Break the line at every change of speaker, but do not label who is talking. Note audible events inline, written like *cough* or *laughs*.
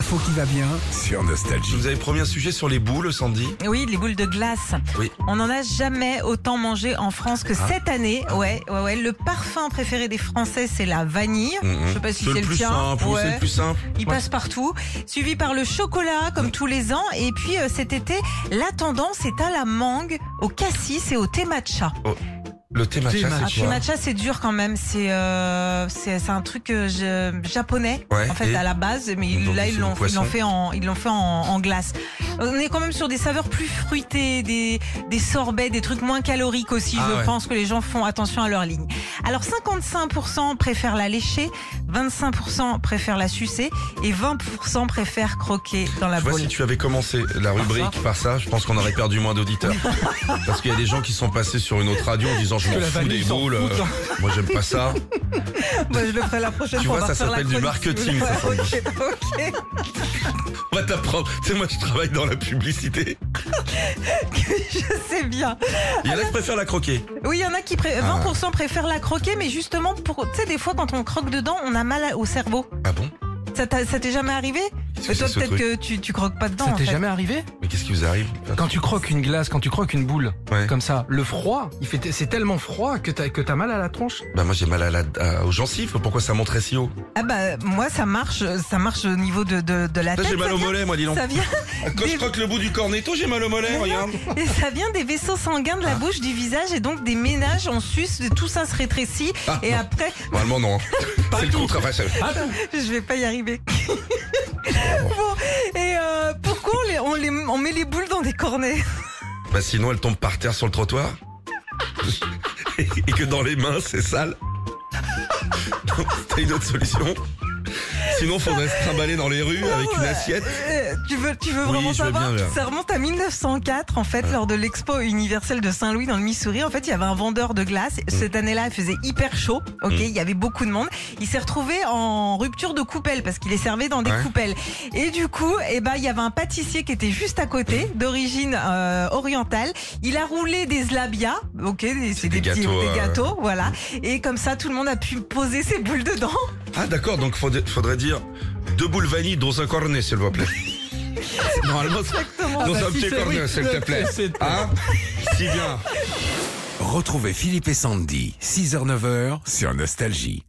L'info qui va
*laughs*
bien.
sur Nostalgie.
Je vous avais promis un sujet sur les boules, Sandy.
Oui, les boules de glace.
Oui.
On n'en a jamais autant mangé en France que
Ah.
cette année. Ouais, ouais, ouais. Le parfum préféré des Français, c'est la vanille. Je sais pas si c'est le,
plus
tien.
simple,
Ouais.
c'est le plus simple.
Il passe partout. Suivi par le chocolat, comme tous les ans. Et puis euh, cet été, la tendance est à la mangue, au cassis et au thé matcha.
Le thé matcha,
Thé matcha.
Ah,
c'est
thé
quoi
matcha, c'est dur quand même. C'est euh, c'est c'est un truc euh, je- japonais
Ouais,
en fait
et
à la base, mais ils-
Donc,
là
c'est
ils
du
l'ont ils l'ont
poisson.
fait en ils l'ont fait en, en glace. On est quand même sur des saveurs plus fruitées, des des sorbets, des trucs moins caloriques aussi.
Ah
je
ouais.
pense que les gens font attention à leur ligne. Alors 55% préfèrent la lécher, 25% préfèrent la sucer et 20% préfèrent croquer dans la
Tu vois,
boule.
si tu avais commencé la rubrique par ça, je pense qu'on aurait perdu moins
*laughs*
d'auditeurs. Parce qu'il y a des gens qui sont passés sur une autre radio en disant je
Que
m'en
la
fous
vanille,
des
ils s'en
boules,
foutent,
euh,
hein.
*laughs* moi j'aime pas
*laughs*
ça.
Bah, je le ferai la prochaine
Tu
fois,
vois,
on
ça
va faire la
s'appelle du
chronique, si vous
marketing, ça,
voulez. *laughs* Ouais, *laughs* ok.
On va t'apprendre. Tu sais, moi je travaille dans la publicité.
je sais bien.
Il y en a qui préfèrent la croquer.
Oui, il y en a qui
Ah.
pré- 20% préfèrent la croquer, mais justement, pour... tu sais, des fois, quand on croque dedans, on a mal au cerveau.
Ah bon
Ça t'a- ça t'est jamais arrivé
Qu'est-ce que
Mais toi,
c'est ce
peut-être
truc
que tu, tu croques pas dedans.
Ça
en
t'est
fait.
jamais arrivé
Mais qu'est-ce qui vous arrive
Quand tu croques une glace, quand tu croques une boule,
Ouais.
comme ça, le froid, il fait, c'est tellement froid que t'as, que t'as mal à la tronche.
Bah moi j'ai mal à la, à- aux gencives, pourquoi ça monterait si haut
Ah bah, moi, ça marche, ça marche au niveau de, de, de la
Là
tête.
j'ai mal
ça
au
vient-
mollet moi dis donc.
ça vient, *laughs*
Quand je croque le bout du cornetto, j'ai mal au mollet, regarde.
et ça vient des vaisseaux sanguins de
Ah.
la bouche, du visage et donc des ménages. On suce, tout ça se rétrécit.
Ah,
et
non.
après, *laughs*
Normalement non. hein. C'est le contre. Enfin, c'est-
je vais pas
*laughs*
y arriver. *laughs* bon, et euh, pourquoi on, les, on, les, on met les boules dans des cornets
Bah sinon elle tombe par terre sur le trottoir. *laughs* Et que dans les mains c'est sale. *laughs* Donc, T'as une autre solution Sinon faudrait se trimballer dans les rues avec une assiette.
Euh, tu veux, tu veux
Oui,
vraiment
je veux
savoir
bien, là.
Ça remonte à 1904, en fait, lors de l'expo universelle de Saint-Louis dans le Missouri. En fait, il y avait un vendeur de glace. Cette année-là, il faisait hyper chaud. Ok,
Mm.
il y avait beaucoup de monde. Il s'est retrouvé en rupture de coupelle parce qu'il les servait dans des
Ouais.
coupelles. Et du coup, eh ben, il y avait un pâtissier qui était juste à côté,
Mm.
d'origine euh, orientale. Il a roulé des slabia. Ok, des- c'est des,
des
petits
gâteaux, euh,
des gâteaux, voilà. Et comme ça, tout le monde a pu poser ses boules dedans.
Ah d'accord, donc faudrait, faudrait dire deux boules vanille dans un cornet s'il vous plaît. Normalement c'est-
Ah
dans
bah,
un petit cornet s'il te
*laughs*
plaît. Hein Si bien.
Retrouvez Philippe et Sandy, 6h-9h sur Nostalgie.